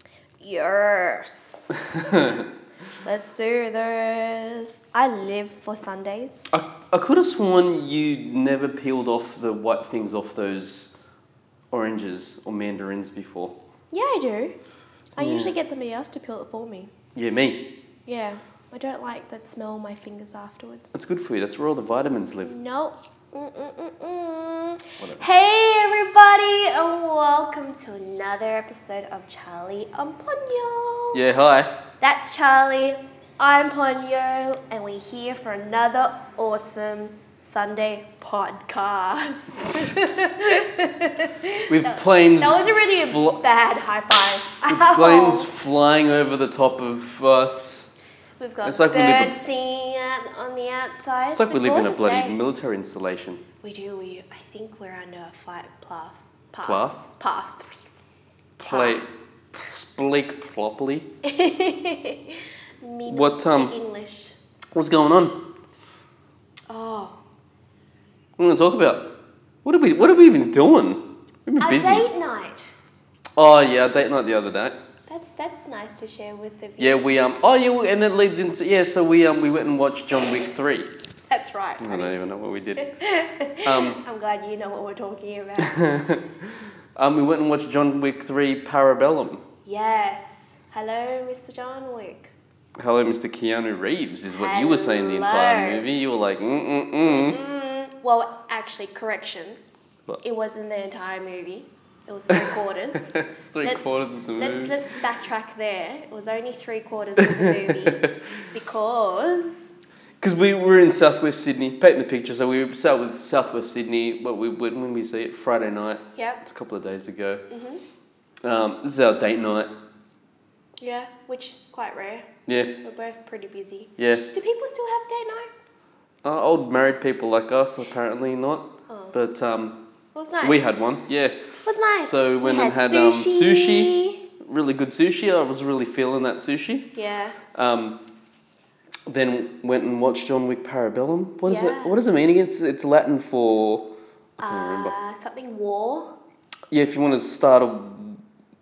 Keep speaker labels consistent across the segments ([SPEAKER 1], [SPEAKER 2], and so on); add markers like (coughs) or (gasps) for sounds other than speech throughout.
[SPEAKER 1] (laughs)
[SPEAKER 2] Yes. Let's do this. I live for Sundays.
[SPEAKER 1] I, I could have sworn you never peeled off the white things off those oranges or mandarins before.
[SPEAKER 2] Yeah, I do. I
[SPEAKER 1] Yeah.
[SPEAKER 2] usually get somebody else to peel it for me.
[SPEAKER 1] Yeah, me.
[SPEAKER 2] Yeah. I don't like that smell on my fingers afterwards.
[SPEAKER 1] That's good for you. That's where all the vitamins live.
[SPEAKER 2] Nope. Mm-mm-mm-mm.
[SPEAKER 1] Whatever.
[SPEAKER 2] Hey, everybody, and welcome to another episode of Charlie on Ponyo.
[SPEAKER 1] Yeah, hi.
[SPEAKER 2] That's Charlie. I'm Ponyo, and we're here for another awesome Sunday
[SPEAKER 1] (laughs)
[SPEAKER 2] podcast.
[SPEAKER 1] With
[SPEAKER 2] that,
[SPEAKER 1] planes.
[SPEAKER 2] that was a really
[SPEAKER 1] fl-
[SPEAKER 2] bad high five.
[SPEAKER 1] with
[SPEAKER 2] Ow.
[SPEAKER 1] planes flying over the top of us.
[SPEAKER 2] (laughs) We've got
[SPEAKER 1] it's like we live
[SPEAKER 2] birds singing out on the outside.
[SPEAKER 1] It's like we live in a
[SPEAKER 2] gorgeous
[SPEAKER 1] bloody
[SPEAKER 2] day.
[SPEAKER 1] military installation.
[SPEAKER 2] We do. We. I think we're under a flight path. Path.
[SPEAKER 1] Plath?
[SPEAKER 2] Path.
[SPEAKER 1] Play.
[SPEAKER 2] Ah.
[SPEAKER 1] Spleak properly. (laughs)
[SPEAKER 2] Me not
[SPEAKER 1] What,
[SPEAKER 2] speak
[SPEAKER 1] um,
[SPEAKER 2] English.
[SPEAKER 1] What's going on?
[SPEAKER 2] Oh.
[SPEAKER 1] What are we going to talk about? What are we, what are we even doing? We've been
[SPEAKER 2] A
[SPEAKER 1] busy.
[SPEAKER 2] date night.
[SPEAKER 1] Oh, yeah, date night the other day.
[SPEAKER 2] That's that's nice to share with the viewers.
[SPEAKER 1] Yeah, we um. Oh, yeah, we- and it leads into yeah. So we um we went and watched John Wick three.
[SPEAKER 2] (laughs) That's right.
[SPEAKER 1] I don't even know what we did.
[SPEAKER 2] (laughs)
[SPEAKER 1] Um, (laughs)
[SPEAKER 2] I'm glad you know what we're talking about.
[SPEAKER 1] um, we went and watched John Wick three Parabellum.
[SPEAKER 2] yes. Hello, Mr. John Wick.
[SPEAKER 1] Hello, Mr. Keanu Reeves, is what you were saying the entire
[SPEAKER 2] Hello.
[SPEAKER 1] movie. You were like, mm mm mm. (laughs)
[SPEAKER 2] Mm, well, actually, correction.
[SPEAKER 1] What?
[SPEAKER 2] It wasn't the entire movie. It was three
[SPEAKER 1] (laughs)
[SPEAKER 2] quarters.
[SPEAKER 1] It's 3 quarters of the
[SPEAKER 2] let's,
[SPEAKER 1] movie.
[SPEAKER 2] Let's backtrack there. It was only three quarters of the movie
[SPEAKER 1] (laughs)
[SPEAKER 2] because
[SPEAKER 1] Because we were in Southwest Sydney, painting the picture. So we start with Southwest Sydney. What we when when we see it Friday night,
[SPEAKER 2] yep,
[SPEAKER 1] it's a couple of days ago.
[SPEAKER 2] hmm
[SPEAKER 1] Um, this is our date night.
[SPEAKER 2] yeah, which is quite rare.
[SPEAKER 1] Yeah,
[SPEAKER 2] We're both pretty busy.
[SPEAKER 1] yeah.
[SPEAKER 2] Do people still have date night?
[SPEAKER 1] Uh, old married people like us apparently not,
[SPEAKER 2] Oh,
[SPEAKER 1] but um.
[SPEAKER 2] well, it's nice.
[SPEAKER 1] We had one, yeah.
[SPEAKER 2] It was nice.
[SPEAKER 1] So
[SPEAKER 2] We
[SPEAKER 1] went and had, um, sushi. Really good sushi. I was really feeling that sushi.
[SPEAKER 2] Yeah.
[SPEAKER 1] Um, then went and watched John Wick Parabellum. What is
[SPEAKER 2] Yeah.
[SPEAKER 1] it? What does it mean again? It's, it's Latin for. I can't remember.
[SPEAKER 2] Uh, something war.
[SPEAKER 1] Yeah, if you want to start a,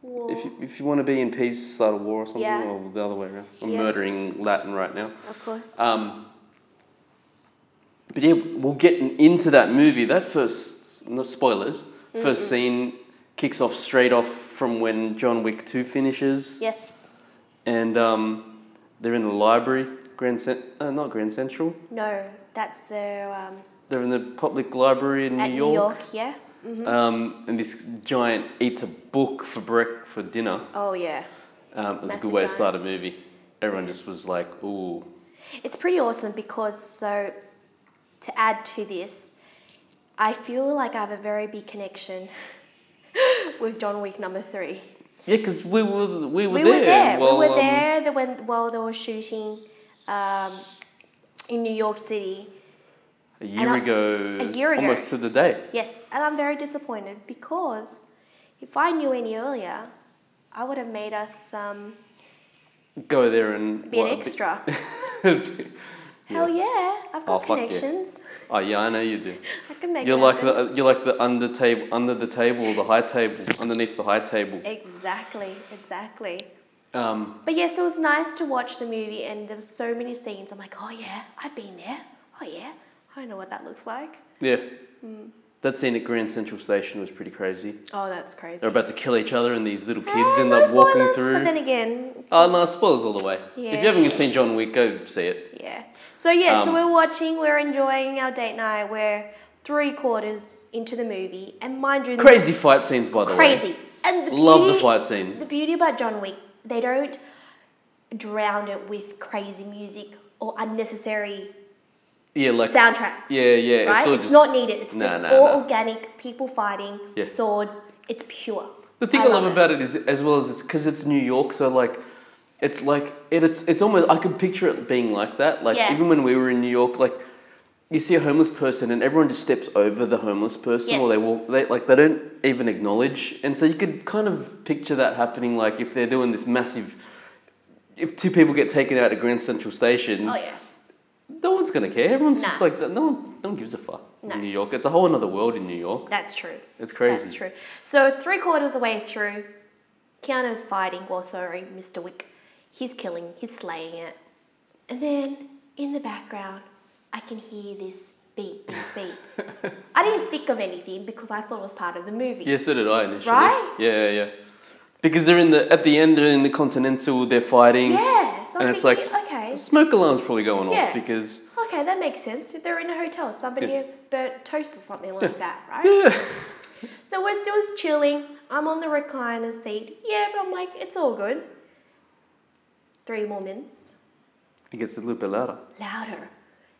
[SPEAKER 2] War.
[SPEAKER 1] if you, if you want to be in peace, start a war or something,
[SPEAKER 2] Yeah.
[SPEAKER 1] or the other way around. I'm
[SPEAKER 2] Yeah.
[SPEAKER 1] murdering Latin right now.
[SPEAKER 2] of course.
[SPEAKER 1] Um, but yeah, we'll get into that movie. That first, no spoilers, first scene kicks off straight off from when John Wick 2 finishes.
[SPEAKER 2] yes.
[SPEAKER 1] And um, they're in the library, Grand Cent- uh, not Grand Central.
[SPEAKER 2] No. That's the um,
[SPEAKER 1] They're in the public library in
[SPEAKER 2] at mm-hmm.
[SPEAKER 1] New York.
[SPEAKER 2] Yeah.
[SPEAKER 1] Um, and this giant eats a book for brec- for dinner.
[SPEAKER 2] Oh yeah.
[SPEAKER 1] Um, it was a
[SPEAKER 2] Massive
[SPEAKER 1] good way
[SPEAKER 2] giant. Mm.
[SPEAKER 1] to start a movie. Everyone just was like, ooh.
[SPEAKER 2] It's pretty awesome because so to add to this, I feel like I have a very big connection (laughs) with John Wick number three.
[SPEAKER 1] Yeah, because we were, we were
[SPEAKER 2] We
[SPEAKER 1] there.
[SPEAKER 2] were there.
[SPEAKER 1] while,
[SPEAKER 2] we were
[SPEAKER 1] um,
[SPEAKER 2] there the, when while they were shooting um, in New York City.
[SPEAKER 1] A
[SPEAKER 2] And
[SPEAKER 1] year
[SPEAKER 2] I-
[SPEAKER 1] ago.
[SPEAKER 2] a year ago.
[SPEAKER 1] Almost to the day.
[SPEAKER 2] Yes, and I'm very disappointed because if I knew any earlier, I would have made us um,
[SPEAKER 1] Go there and.
[SPEAKER 2] be an
[SPEAKER 1] what, a bit-
[SPEAKER 2] extra. Hell yeah, I've
[SPEAKER 1] Oh,
[SPEAKER 2] got
[SPEAKER 1] fuck yeah.
[SPEAKER 2] connections.
[SPEAKER 1] (laughs) oh yeah, I know you do.
[SPEAKER 2] I can make.
[SPEAKER 1] You're
[SPEAKER 2] it
[SPEAKER 1] like
[SPEAKER 2] happen.
[SPEAKER 1] the uh, you're like the under table, under the table, the high table, underneath the high table.
[SPEAKER 2] Exactly, exactly.
[SPEAKER 1] Um,
[SPEAKER 2] But yes, it was nice to watch the movie, and there were so many scenes. I'm like, oh yeah, I've been there. Oh yeah, I know what that looks like.
[SPEAKER 1] yeah.
[SPEAKER 2] Mm.
[SPEAKER 1] That scene at Grand Central Station was pretty crazy.
[SPEAKER 2] Oh, that's crazy.
[SPEAKER 1] They're about to kill each other, and these little kids
[SPEAKER 2] Ah,
[SPEAKER 1] end
[SPEAKER 2] no
[SPEAKER 1] up walking
[SPEAKER 2] spoilers,
[SPEAKER 1] through.
[SPEAKER 2] But then again,
[SPEAKER 1] oh no, spoilers all the way. If
[SPEAKER 2] Yeah.
[SPEAKER 1] you haven't seen John Wick, go see it.
[SPEAKER 2] yeah. So yeah, so
[SPEAKER 1] Um,
[SPEAKER 2] we're watching, we're enjoying our date night. We're three quarters into the movie, and mind you, the
[SPEAKER 1] Crazy fight scenes, by the way.
[SPEAKER 2] crazy. And the
[SPEAKER 1] Love the
[SPEAKER 2] beauty-
[SPEAKER 1] fight scenes.
[SPEAKER 2] The beauty about John Wick, they don't drown it with crazy music or unnecessary
[SPEAKER 1] Yeah, like
[SPEAKER 2] soundtracks.
[SPEAKER 1] yeah, yeah.
[SPEAKER 2] right?
[SPEAKER 1] It's
[SPEAKER 2] It's,
[SPEAKER 1] all just
[SPEAKER 2] not needed. It's
[SPEAKER 1] Nah,
[SPEAKER 2] just
[SPEAKER 1] nah,
[SPEAKER 2] all
[SPEAKER 1] nah.
[SPEAKER 2] organic. People fighting,
[SPEAKER 1] Yeah.
[SPEAKER 2] swords. It's pure.
[SPEAKER 1] The thing I, love about it is, as well as it's because it's New York, so like, it's like it's it's almost I could picture it being like that. Like
[SPEAKER 2] Yeah.
[SPEAKER 1] even when we were in New York, like you see a homeless person and everyone just steps over the homeless person, or they
[SPEAKER 2] Yes.
[SPEAKER 1] walk, they like they don't even acknowledge, and so you could kind of picture that happening. Like if they're doing this massive, if two people get taken out at Grand Central Station,
[SPEAKER 2] Oh yeah,
[SPEAKER 1] no one's gonna care. Everyone's
[SPEAKER 2] Nah.
[SPEAKER 1] just like that. No one, no one gives a fuck.
[SPEAKER 2] No.
[SPEAKER 1] In New York, it's a whole another world in New York.
[SPEAKER 2] that's true.
[SPEAKER 1] It's crazy.
[SPEAKER 2] That's true. So three quarters of the way through, Keanu's fighting, well, sorry, Mr. Wick. He's killing, he's slaying it. And then in the background, I can hear this beep, beep, beep.
[SPEAKER 1] (laughs)
[SPEAKER 2] I didn't think of anything because I thought it was part of the movie.
[SPEAKER 1] Yeah, so did I initially.
[SPEAKER 2] Right?
[SPEAKER 1] Yeah, yeah, yeah. Because they're in the at the end they're in the continental, they're fighting.
[SPEAKER 2] Yeah, so I'm
[SPEAKER 1] And it's
[SPEAKER 2] thinking,
[SPEAKER 1] like-
[SPEAKER 2] okay,
[SPEAKER 1] Smoke alarm's probably going
[SPEAKER 2] Yeah.
[SPEAKER 1] off because
[SPEAKER 2] okay, that makes sense. They're in a hotel, somebody
[SPEAKER 1] Yeah.
[SPEAKER 2] burnt toast or something like
[SPEAKER 1] (laughs)
[SPEAKER 2] that, right?
[SPEAKER 1] yeah,
[SPEAKER 2] So we're still chilling. I'm on the recliner seat. Yeah, but I'm like, it's all good. Three more minutes.
[SPEAKER 1] it gets a little bit louder.
[SPEAKER 2] Louder.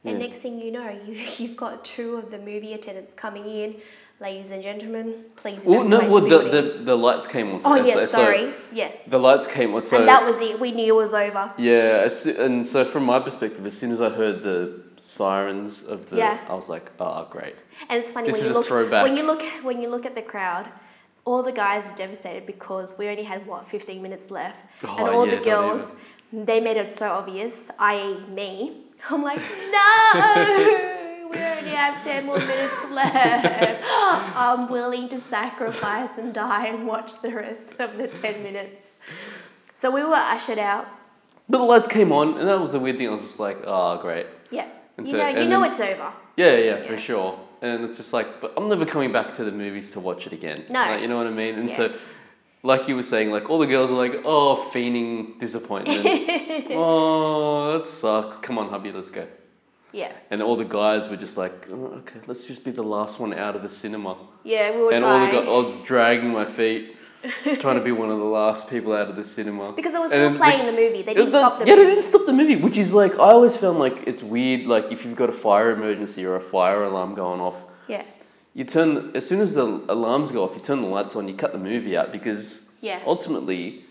[SPEAKER 2] And
[SPEAKER 1] Yeah.
[SPEAKER 2] next thing you know, (laughs) you, you've got two of the movie attendants coming in. Ladies and gentlemen, please.
[SPEAKER 1] Well, no,
[SPEAKER 2] evacuate
[SPEAKER 1] well the,
[SPEAKER 2] building.
[SPEAKER 1] the, the lights came off.
[SPEAKER 2] Oh,
[SPEAKER 1] And
[SPEAKER 2] yes,
[SPEAKER 1] so- so
[SPEAKER 2] sorry. yes.
[SPEAKER 1] the lights came off. So
[SPEAKER 2] and that was it. We knew it was over.
[SPEAKER 1] yeah, as soo- and so from my perspective, as soon as I heard the sirens of the,
[SPEAKER 2] Yeah.
[SPEAKER 1] I was like, oh great.
[SPEAKER 2] And it's funny
[SPEAKER 1] This
[SPEAKER 2] when
[SPEAKER 1] is
[SPEAKER 2] you
[SPEAKER 1] a
[SPEAKER 2] look
[SPEAKER 1] throwback.
[SPEAKER 2] when you look when you look at the crowd, all the guys are devastated because we only had what 15 minutes left,
[SPEAKER 1] Oh,
[SPEAKER 2] and all
[SPEAKER 1] yeah,
[SPEAKER 2] the
[SPEAKER 1] not
[SPEAKER 2] girls they made it so obvious, i.e. me. I'm
[SPEAKER 1] (laughs)
[SPEAKER 2] like, no, we only have 10 more minutes
[SPEAKER 1] (laughs)
[SPEAKER 2] left. I'm willing to sacrifice and die and watch the rest of the 10 minutes. So we were ushered out.
[SPEAKER 1] But the lights came on, and that was the weird thing. I was just like, oh great.
[SPEAKER 2] Yeah,
[SPEAKER 1] And
[SPEAKER 2] you
[SPEAKER 1] so-
[SPEAKER 2] know, you
[SPEAKER 1] and
[SPEAKER 2] know
[SPEAKER 1] then-
[SPEAKER 2] it's over. (laughs)
[SPEAKER 1] Yeah, yeah, for
[SPEAKER 2] Yeah.
[SPEAKER 1] sure. And it's just like, but I'm never coming back to the movies to watch it again.
[SPEAKER 2] No.
[SPEAKER 1] Like, you know what I mean? And
[SPEAKER 2] Yeah.
[SPEAKER 1] so, like you were saying, like all the girls are like, oh, feening
[SPEAKER 2] (laughs)
[SPEAKER 1] disappointment. oh, that sucks. Come on, hubby, let's go.
[SPEAKER 2] Yeah,
[SPEAKER 1] And all the guys were just like, oh, okay, let's just be the last one out of the cinema.
[SPEAKER 2] yeah, we were
[SPEAKER 1] and all
[SPEAKER 2] trying.
[SPEAKER 1] the guys, I was dragging my
[SPEAKER 2] (laughs)
[SPEAKER 1] feet, trying to be one of the last people out of the cinema.
[SPEAKER 2] Because it was
[SPEAKER 1] And
[SPEAKER 2] still
[SPEAKER 1] then the-
[SPEAKER 2] playing the, movie. They
[SPEAKER 1] It
[SPEAKER 2] didn't
[SPEAKER 1] was the-
[SPEAKER 2] stop the
[SPEAKER 1] yeah,
[SPEAKER 2] movie.
[SPEAKER 1] they didn't stop the movie, which is like I always found like it's weird. Like if you've got a fire emergency or a fire alarm going off,
[SPEAKER 2] Yeah.
[SPEAKER 1] you turn as soon as the alarms go off, you turn the lights on, you cut the movie out because
[SPEAKER 2] Yeah.
[SPEAKER 1] ultimately,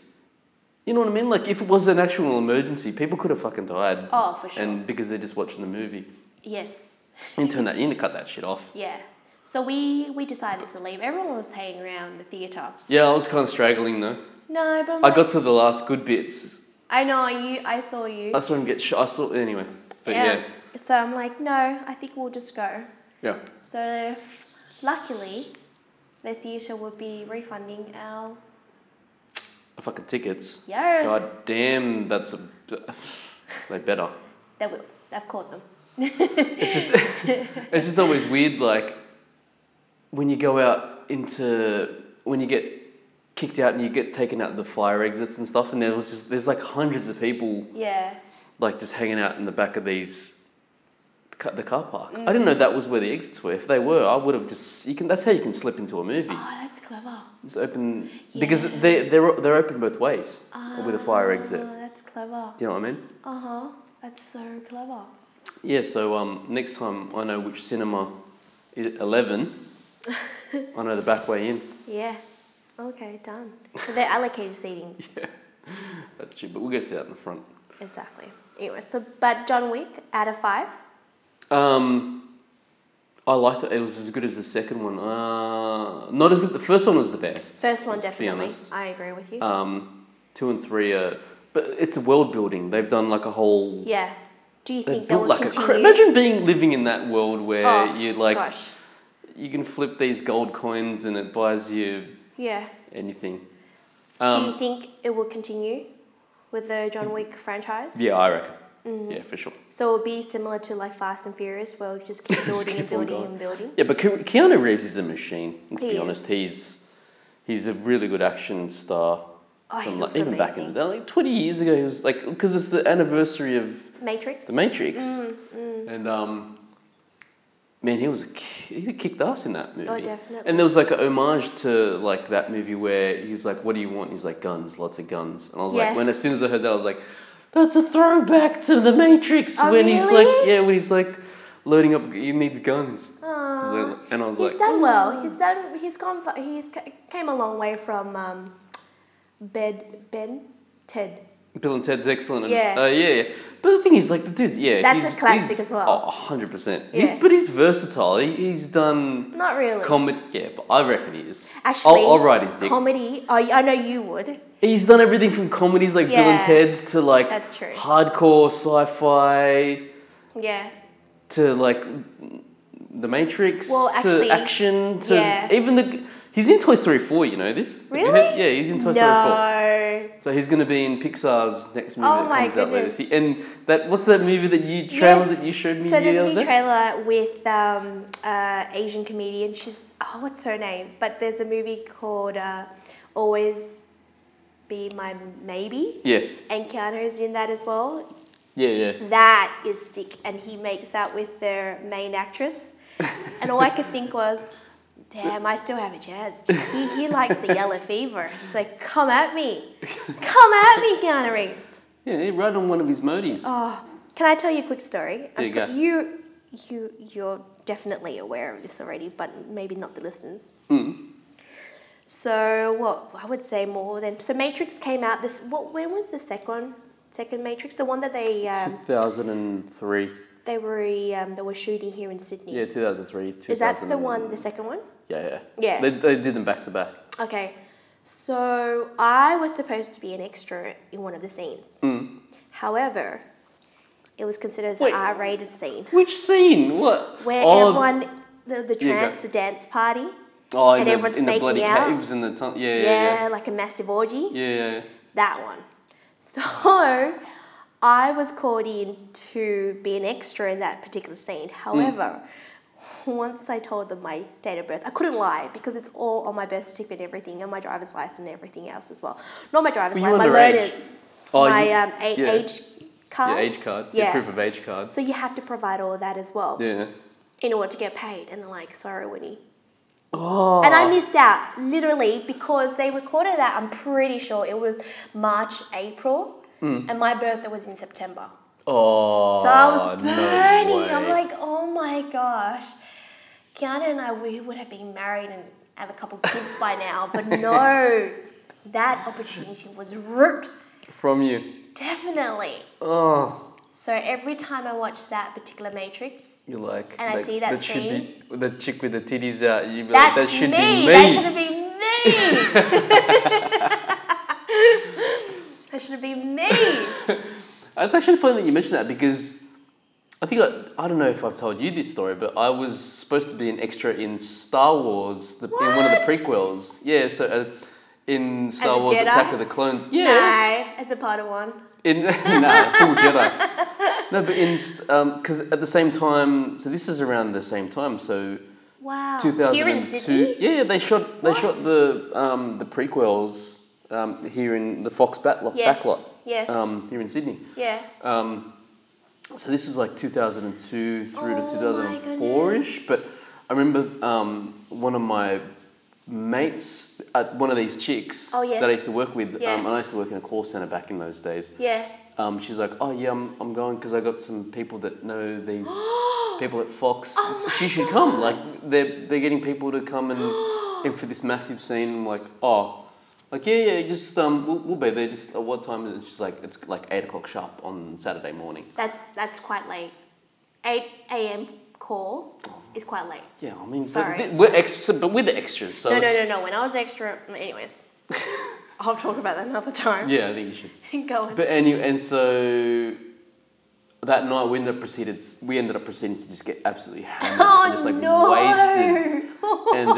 [SPEAKER 1] you know what I mean. Like if it was an actual emergency, people could have fucking died,
[SPEAKER 2] Oh, for sure.
[SPEAKER 1] and because they're just watching the movie,
[SPEAKER 2] yes.
[SPEAKER 1] you turn that, you need to cut that shit off.
[SPEAKER 2] Yeah. So we we decided to leave. Everyone was hanging around the theater.
[SPEAKER 1] Yeah, I was kind of straggling though.
[SPEAKER 2] No, but I'm
[SPEAKER 1] I
[SPEAKER 2] like-
[SPEAKER 1] got to the last good bits.
[SPEAKER 2] I know you. I saw you.
[SPEAKER 1] I saw him get shot. I saw anyway, but yeah,
[SPEAKER 2] So I'm like, no, I think we'll just go.
[SPEAKER 1] yeah.
[SPEAKER 2] So luckily, the theater would be refunding our
[SPEAKER 1] Fucking tickets.
[SPEAKER 2] yes.
[SPEAKER 1] God damn, that's a. They better.
[SPEAKER 2] They will. I've caught them.
[SPEAKER 1] It's just, (laughs) it's just always weird, like, when you go out into. When you get kicked out and you get taken out the fire exits and stuff, and there was just. There's like hundreds of people,
[SPEAKER 2] Yeah.
[SPEAKER 1] like, just hanging out in the back of these. ca- The car park. I didn't know that was where the exits were. If they were, I would have just. You can. That's how you can slip into a movie.
[SPEAKER 2] Oh, that's clever.
[SPEAKER 1] It's open because
[SPEAKER 2] Yeah.
[SPEAKER 1] they they're they're open both ways with a fire exit.
[SPEAKER 2] Ah, That's clever.
[SPEAKER 1] Do you know what I mean?
[SPEAKER 2] Uh huh. That's so clever.
[SPEAKER 1] Yeah, so um, next time I know which cinema, i- 11, I know the back way in.
[SPEAKER 2] Yeah. Okay, done. So they're allocated seatings.
[SPEAKER 1] (laughs) That's true, but we'll go sit out in the front.
[SPEAKER 2] Exactly. Anyway, so but John Wick out of five.
[SPEAKER 1] Um, I liked it. It was as good as the second one. Uh, not as good. The first one was the best.
[SPEAKER 2] First one
[SPEAKER 1] Let's be
[SPEAKER 2] definitely.
[SPEAKER 1] honest.
[SPEAKER 2] I agree with you.
[SPEAKER 1] Um, two and three are. But it's a world building. They've done like a whole.
[SPEAKER 2] yeah. Do you
[SPEAKER 1] They've
[SPEAKER 2] think they will
[SPEAKER 1] like a. cra-
[SPEAKER 2] continue?
[SPEAKER 1] Imagine being living in that world where
[SPEAKER 2] Oh,
[SPEAKER 1] you like
[SPEAKER 2] gosh.
[SPEAKER 1] you can flip these gold coins and it buys you
[SPEAKER 2] Yeah.
[SPEAKER 1] anything. Um,
[SPEAKER 2] Do you think it will continue with the John Wick franchise?
[SPEAKER 1] Yeah, I reckon.
[SPEAKER 2] Mm-hmm.
[SPEAKER 1] Yeah, for sure.
[SPEAKER 2] So it'll be similar to like Fast and Furious, where we just
[SPEAKER 1] (laughs)
[SPEAKER 2] keep building and
[SPEAKER 1] keep on
[SPEAKER 2] building
[SPEAKER 1] going.
[SPEAKER 2] and building.
[SPEAKER 1] Yeah, but Ke- Keanu Reeves is a machine. Let's
[SPEAKER 2] He
[SPEAKER 1] be
[SPEAKER 2] is.
[SPEAKER 1] honest. He's he's a really good action star.
[SPEAKER 2] Oh, he
[SPEAKER 1] from,
[SPEAKER 2] looks
[SPEAKER 1] like, even back in
[SPEAKER 2] amazing.
[SPEAKER 1] the day, like twenty years ago, he was like because it's the anniversary of
[SPEAKER 2] Matrix. oh,
[SPEAKER 1] The Matrix,
[SPEAKER 2] Mm.
[SPEAKER 1] and um, man, he was a ki- he kicked ass in that movie.
[SPEAKER 2] Oh, definitely.
[SPEAKER 1] And there was like a homage to like that movie where he was like, "What do you want?" He's like, "Guns, lots of guns." And I was
[SPEAKER 2] Yeah.
[SPEAKER 1] like, when as soon as I heard that, I was like, "That's a throwback to The Matrix
[SPEAKER 2] Oh,
[SPEAKER 1] when he's like,
[SPEAKER 2] really?
[SPEAKER 1] yeah, when he's like loading up, he needs guns."
[SPEAKER 2] Aw.
[SPEAKER 1] And I was
[SPEAKER 2] Oh. He's
[SPEAKER 1] like, "Oh,
[SPEAKER 2] done well. He's done. He's gone. fa- He's ca- came a long way from um, Bed Ben Ted.
[SPEAKER 1] Bill and Ted's excellent. And,
[SPEAKER 2] Yeah.
[SPEAKER 1] Uh, yeah, yeah. But the thing is, like, the dude's, yeah.
[SPEAKER 2] That's a
[SPEAKER 1] he's-
[SPEAKER 2] classic
[SPEAKER 1] he's-
[SPEAKER 2] as well.
[SPEAKER 1] Oh, 100%.
[SPEAKER 2] Yeah.
[SPEAKER 1] He's, but he's versatile. He, he's done
[SPEAKER 2] Not really.
[SPEAKER 1] comedy. Yeah, but I reckon he is.
[SPEAKER 2] Actually,
[SPEAKER 1] I'll, I'll ride his dick.
[SPEAKER 2] comedy. oh, I, I know you would.
[SPEAKER 1] he's done everything from comedies like Bill and
[SPEAKER 2] Yeah.
[SPEAKER 1] Ted's to, like,
[SPEAKER 2] That's true.
[SPEAKER 1] hardcore sci fi
[SPEAKER 2] Yeah.
[SPEAKER 1] to, like, The Matrix
[SPEAKER 2] Well, actually,
[SPEAKER 1] to action to
[SPEAKER 2] yeah.
[SPEAKER 1] even the. He's in Toy Story 4, you know this? Have you
[SPEAKER 2] Really?
[SPEAKER 1] heard- Yeah, he's in Toy Story 4.
[SPEAKER 2] no.
[SPEAKER 1] So he's going to be in Pixar's next movie
[SPEAKER 2] Oh
[SPEAKER 1] that
[SPEAKER 2] my
[SPEAKER 1] comes out later.
[SPEAKER 2] goodness.
[SPEAKER 1] See, And that what's that movie that you trailer that you showed me
[SPEAKER 2] So
[SPEAKER 1] the
[SPEAKER 2] there's a
[SPEAKER 1] other
[SPEAKER 2] new
[SPEAKER 1] day?
[SPEAKER 2] trailer with um, uh, Asian comedian. She's oh, what's her name? But there's a movie called uh, Always Be My Maybe,
[SPEAKER 1] yeah,
[SPEAKER 2] and Keanu is in that as well.
[SPEAKER 1] yeah, yeah.
[SPEAKER 2] That is sick, and he makes out with their main
[SPEAKER 1] (laughs)
[SPEAKER 2] actress, and all I could think was. Damn, I still have a chance. He, he likes the yellow fever. He's like, come at me. Come at me, Keanu Reeves.
[SPEAKER 1] Yeah, he right on one of his modis.
[SPEAKER 2] Oh, can I tell you a quick story?
[SPEAKER 1] There you Ah. go.
[SPEAKER 2] You, you, you're definitely aware of this already, but maybe not the listeners.
[SPEAKER 1] Mm.
[SPEAKER 2] So what I would say more than so Matrix came out this what when was the second second Matrix the one that they um,
[SPEAKER 1] 2003.
[SPEAKER 2] they were um, they were shooting here in Sydney.
[SPEAKER 1] Yeah, 2003.
[SPEAKER 2] Is that the one the second one?
[SPEAKER 1] Yeah, yeah.
[SPEAKER 2] Yeah.
[SPEAKER 1] They, they did them back to back.
[SPEAKER 2] Okay. So I was supposed to be an extra in one of the scenes.
[SPEAKER 1] Mm.
[SPEAKER 2] However, it was considered as
[SPEAKER 1] Wait.
[SPEAKER 2] an R-rated scene.
[SPEAKER 1] Which scene? What?
[SPEAKER 2] where
[SPEAKER 1] oh,
[SPEAKER 2] everyone the, the
[SPEAKER 1] Yeah, go.
[SPEAKER 2] trance, the dance party.
[SPEAKER 1] oh, in
[SPEAKER 2] and
[SPEAKER 1] the,
[SPEAKER 2] everyone's
[SPEAKER 1] in the
[SPEAKER 2] making
[SPEAKER 1] bloody
[SPEAKER 2] out.
[SPEAKER 1] caves and the ton- yeah,
[SPEAKER 2] Yeah,
[SPEAKER 1] yeah,
[SPEAKER 2] like a massive orgy.
[SPEAKER 1] yeah, yeah, yeah.
[SPEAKER 2] That one. (laughs) So I was called in to be an extra in that particular scene.
[SPEAKER 1] Hmm.
[SPEAKER 2] However, once I told them my date of birth, I couldn't lie because it's all on my birth certificate and everything, and my driver's license and everything else as well. Not my driver's
[SPEAKER 1] Well,
[SPEAKER 2] license,
[SPEAKER 1] you
[SPEAKER 2] my
[SPEAKER 1] underage.
[SPEAKER 2] learner's,
[SPEAKER 1] Oh,
[SPEAKER 2] my
[SPEAKER 1] you-
[SPEAKER 2] um, a-
[SPEAKER 1] yeah.
[SPEAKER 2] age card.
[SPEAKER 1] Your age card. Your
[SPEAKER 2] Yeah.
[SPEAKER 1] proof of age card.
[SPEAKER 2] So you have to provide all that as well
[SPEAKER 1] Yeah.
[SPEAKER 2] in order to get paid. And they're like, sorry, Winnie,
[SPEAKER 1] Oh.
[SPEAKER 2] And I missed out, literally, because they recorded that, I'm pretty sure it was March, April, and my birthday was in September.
[SPEAKER 1] Hmm. Oh.
[SPEAKER 2] So I was
[SPEAKER 1] no
[SPEAKER 2] burning. I'm
[SPEAKER 1] way.
[SPEAKER 2] like, oh my gosh. Kiana and I, we would have been married and have a couple kids by now,
[SPEAKER 1] (laughs)
[SPEAKER 2] but no, that opportunity was ripped,
[SPEAKER 1] From you.
[SPEAKER 2] definitely.
[SPEAKER 1] Oh.
[SPEAKER 2] So every time I watch that particular Matrix,
[SPEAKER 1] You're like.
[SPEAKER 2] And I
[SPEAKER 1] like,
[SPEAKER 2] see that
[SPEAKER 1] should be the chick with the titties out. You be like,
[SPEAKER 2] that's
[SPEAKER 1] that should
[SPEAKER 2] me.
[SPEAKER 1] be me.
[SPEAKER 2] That should have been me. (laughs) that should have been me.
[SPEAKER 1] It's actually funny that you mentioned that because I think I, I don't know if I've told you this story, but I was supposed to be an extra in Star Wars, the, in one of the
[SPEAKER 2] What?
[SPEAKER 1] prequels. Yeah, so uh, in Star
[SPEAKER 2] a
[SPEAKER 1] Wars:
[SPEAKER 2] Jedi?
[SPEAKER 1] Attack of the Clones. Yeah,
[SPEAKER 2] No, as a part of one.
[SPEAKER 1] in (laughs) no full Jedi. No, but in because at the same time, so this is around the same time. So
[SPEAKER 2] Wow. Oh, Here in
[SPEAKER 1] 2002.
[SPEAKER 2] Sydney?
[SPEAKER 1] Yeah, they shot they shot
[SPEAKER 2] What?
[SPEAKER 1] the um, the prequels um, here in the Fox backlot.
[SPEAKER 2] Yes,
[SPEAKER 1] backlot
[SPEAKER 2] yes.
[SPEAKER 1] Um, here in Sydney.
[SPEAKER 2] Yeah.
[SPEAKER 1] Um, so this was like 2002 through
[SPEAKER 2] Oh my
[SPEAKER 1] to 2004 ish. But I remember um, one of my mates, uh, one of these chicks
[SPEAKER 2] Oh, yes.
[SPEAKER 1] that I used to work with,
[SPEAKER 2] Yeah.
[SPEAKER 1] um, and I used to work in a call center back in those days.
[SPEAKER 2] Yeah.
[SPEAKER 1] Um, she's like, Oh, yeah, I'm, I'm going because I got some people that know these
[SPEAKER 2] (gasps)
[SPEAKER 1] people at Fox.
[SPEAKER 2] Oh my
[SPEAKER 1] she should come. Like, they're, they're getting people to come
[SPEAKER 2] (gasps)
[SPEAKER 1] and, and for this massive scene. I'm like, Oh, like, yeah, yeah, just, um, we'll, we'll be there. Just at what time? is it?" And she's like, It's like 8 o'clock sharp on Saturday morning.
[SPEAKER 2] That's that's quite late. 8 a.m. call is quite late.
[SPEAKER 1] Yeah, I mean,
[SPEAKER 2] Sorry.
[SPEAKER 1] but th- we're extra, but we're the extras, so
[SPEAKER 2] No, no, no,
[SPEAKER 1] it's-
[SPEAKER 2] no. When I was extra, anyways, (laughs) I'll talk about that another time.
[SPEAKER 1] Yeah, I think you
[SPEAKER 2] (laughs)
[SPEAKER 1] should.
[SPEAKER 2] Go on.
[SPEAKER 1] But anyway, and so that night we ended up proceeded. We ended up proceeding to just get
[SPEAKER 2] (laughs)
[SPEAKER 1] absolutely hammered
[SPEAKER 2] Oh
[SPEAKER 1] and just like
[SPEAKER 2] no!
[SPEAKER 1] wasted, and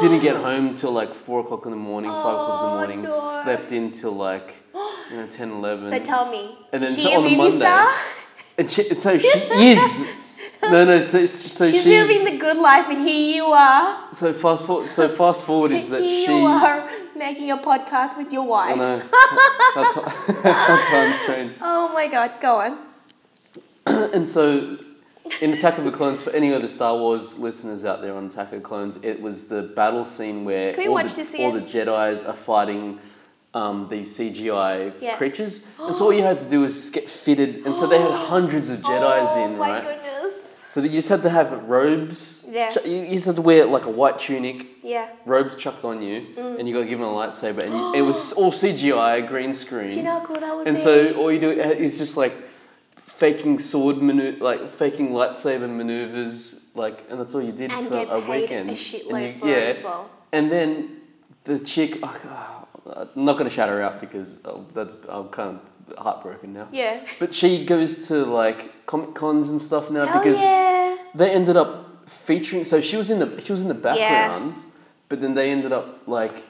[SPEAKER 2] (laughs)
[SPEAKER 1] didn't get home till like four o'clock in the morning, five o'clock in the
[SPEAKER 2] Oh,
[SPEAKER 1] morning.
[SPEAKER 2] no.
[SPEAKER 1] Slept in till like you know 10,
[SPEAKER 2] (laughs) (gasps)
[SPEAKER 1] 11.
[SPEAKER 2] so tell me.
[SPEAKER 1] And then
[SPEAKER 2] is she
[SPEAKER 1] so
[SPEAKER 2] a
[SPEAKER 1] on the
[SPEAKER 2] movie
[SPEAKER 1] Monday-
[SPEAKER 2] star?
[SPEAKER 1] and she,
[SPEAKER 2] (laughs)
[SPEAKER 1] so she is. No, no. So, so
[SPEAKER 2] She's
[SPEAKER 1] she's,
[SPEAKER 2] living the good life, and here you are.
[SPEAKER 1] so fast forward. So fast forward is that
[SPEAKER 2] here
[SPEAKER 1] she.
[SPEAKER 2] (laughs) you are making a podcast with your
[SPEAKER 1] I
[SPEAKER 2] wife.
[SPEAKER 1] know. How, ti- (laughs) how times change.
[SPEAKER 2] Oh my god, go on.
[SPEAKER 1] And so, in Attack of the Clones, for any of the Star Wars listeners out there on Attack of the Clones, it was the battle scene where
[SPEAKER 2] Can we
[SPEAKER 1] all,
[SPEAKER 2] watch
[SPEAKER 1] the,
[SPEAKER 2] this
[SPEAKER 1] all the
[SPEAKER 2] again?
[SPEAKER 1] Jedi's are fighting um, these CGI
[SPEAKER 2] Yeah. (gasps)
[SPEAKER 1] creatures. And so, all you had to do was just get fitted. And so, they had hundreds of Jedi's
[SPEAKER 2] oh
[SPEAKER 1] in,
[SPEAKER 2] my
[SPEAKER 1] right?
[SPEAKER 2] goodness.
[SPEAKER 1] So, that you just had to have robes.
[SPEAKER 2] Yeah.
[SPEAKER 1] ch- You, you just had to wear like a white tunic.
[SPEAKER 2] Yeah.
[SPEAKER 1] Robes chucked on you,
[SPEAKER 2] Mm.
[SPEAKER 1] and you got given a lightsaber,
[SPEAKER 2] (gasps)
[SPEAKER 1] and you, it was all CGI, green screen.
[SPEAKER 2] Do you know how cool that would
[SPEAKER 1] And
[SPEAKER 2] be?
[SPEAKER 1] so all you do uh, is just like faking sword maneuver, like faking lightsaber maneuvers, like, and that's all you did
[SPEAKER 2] and
[SPEAKER 1] for
[SPEAKER 2] get
[SPEAKER 1] a
[SPEAKER 2] paid
[SPEAKER 1] weekend.
[SPEAKER 2] a
[SPEAKER 1] And
[SPEAKER 2] shitload
[SPEAKER 1] you-
[SPEAKER 2] for it as well.
[SPEAKER 1] And then the chick, oh, God, I'm not gonna shout her out because oh, that's I'm kind of heartbroken now.
[SPEAKER 2] Yeah.
[SPEAKER 1] But she goes to like comic cons and stuff now
[SPEAKER 2] Hell
[SPEAKER 1] because
[SPEAKER 2] yeah.
[SPEAKER 1] they ended up featuring. So she was in the she was in the background, But then they ended up like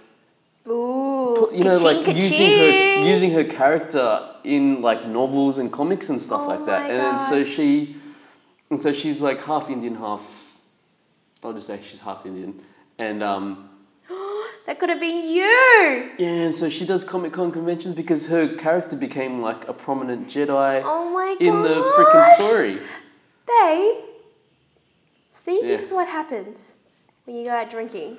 [SPEAKER 2] Ooh.
[SPEAKER 1] you know like
[SPEAKER 2] ka-ching,
[SPEAKER 1] using her
[SPEAKER 2] ka-ching.
[SPEAKER 1] using her character in like novels and comics and stuff
[SPEAKER 2] Oh
[SPEAKER 1] like that.
[SPEAKER 2] my
[SPEAKER 1] And then so
[SPEAKER 2] gosh.
[SPEAKER 1] she and so she's like half Indian, half I'll just say she's half Indian. And um
[SPEAKER 2] That could have been you.
[SPEAKER 1] yeah, and so she does Comic Con conventions because her character became like a prominent Jedi
[SPEAKER 2] Oh my god.
[SPEAKER 1] in the freaking
[SPEAKER 2] (laughs)
[SPEAKER 1] story.
[SPEAKER 2] Babe. See, this
[SPEAKER 1] Yeah.
[SPEAKER 2] is what happens when you go out drinking.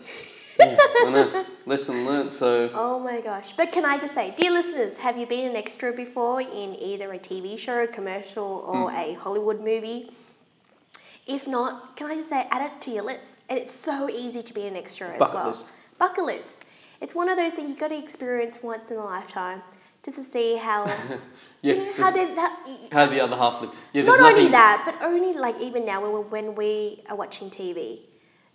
[SPEAKER 1] Yeah, I know. Lesson learnt. So
[SPEAKER 2] Oh my gosh. But can I just say, dear listeners, have you been an extra before in either a TV show, a commercial,
[SPEAKER 1] Hmm.
[SPEAKER 2] or a Hollywood movie? If not, can I just say, add it to your list? And it's so easy to be an extra as
[SPEAKER 1] Bucket
[SPEAKER 2] well.
[SPEAKER 1] list.
[SPEAKER 2] Bucket list. It's one of those things you've got to experience once in a lifetime just to see
[SPEAKER 1] (laughs)
[SPEAKER 2] how,
[SPEAKER 1] yeah,
[SPEAKER 2] you know, how
[SPEAKER 1] there's-
[SPEAKER 2] did that,
[SPEAKER 1] how the other half lived. Yeah, there's
[SPEAKER 2] not only
[SPEAKER 1] nothing-
[SPEAKER 2] that, but only like even now when, we- when we are watching TV,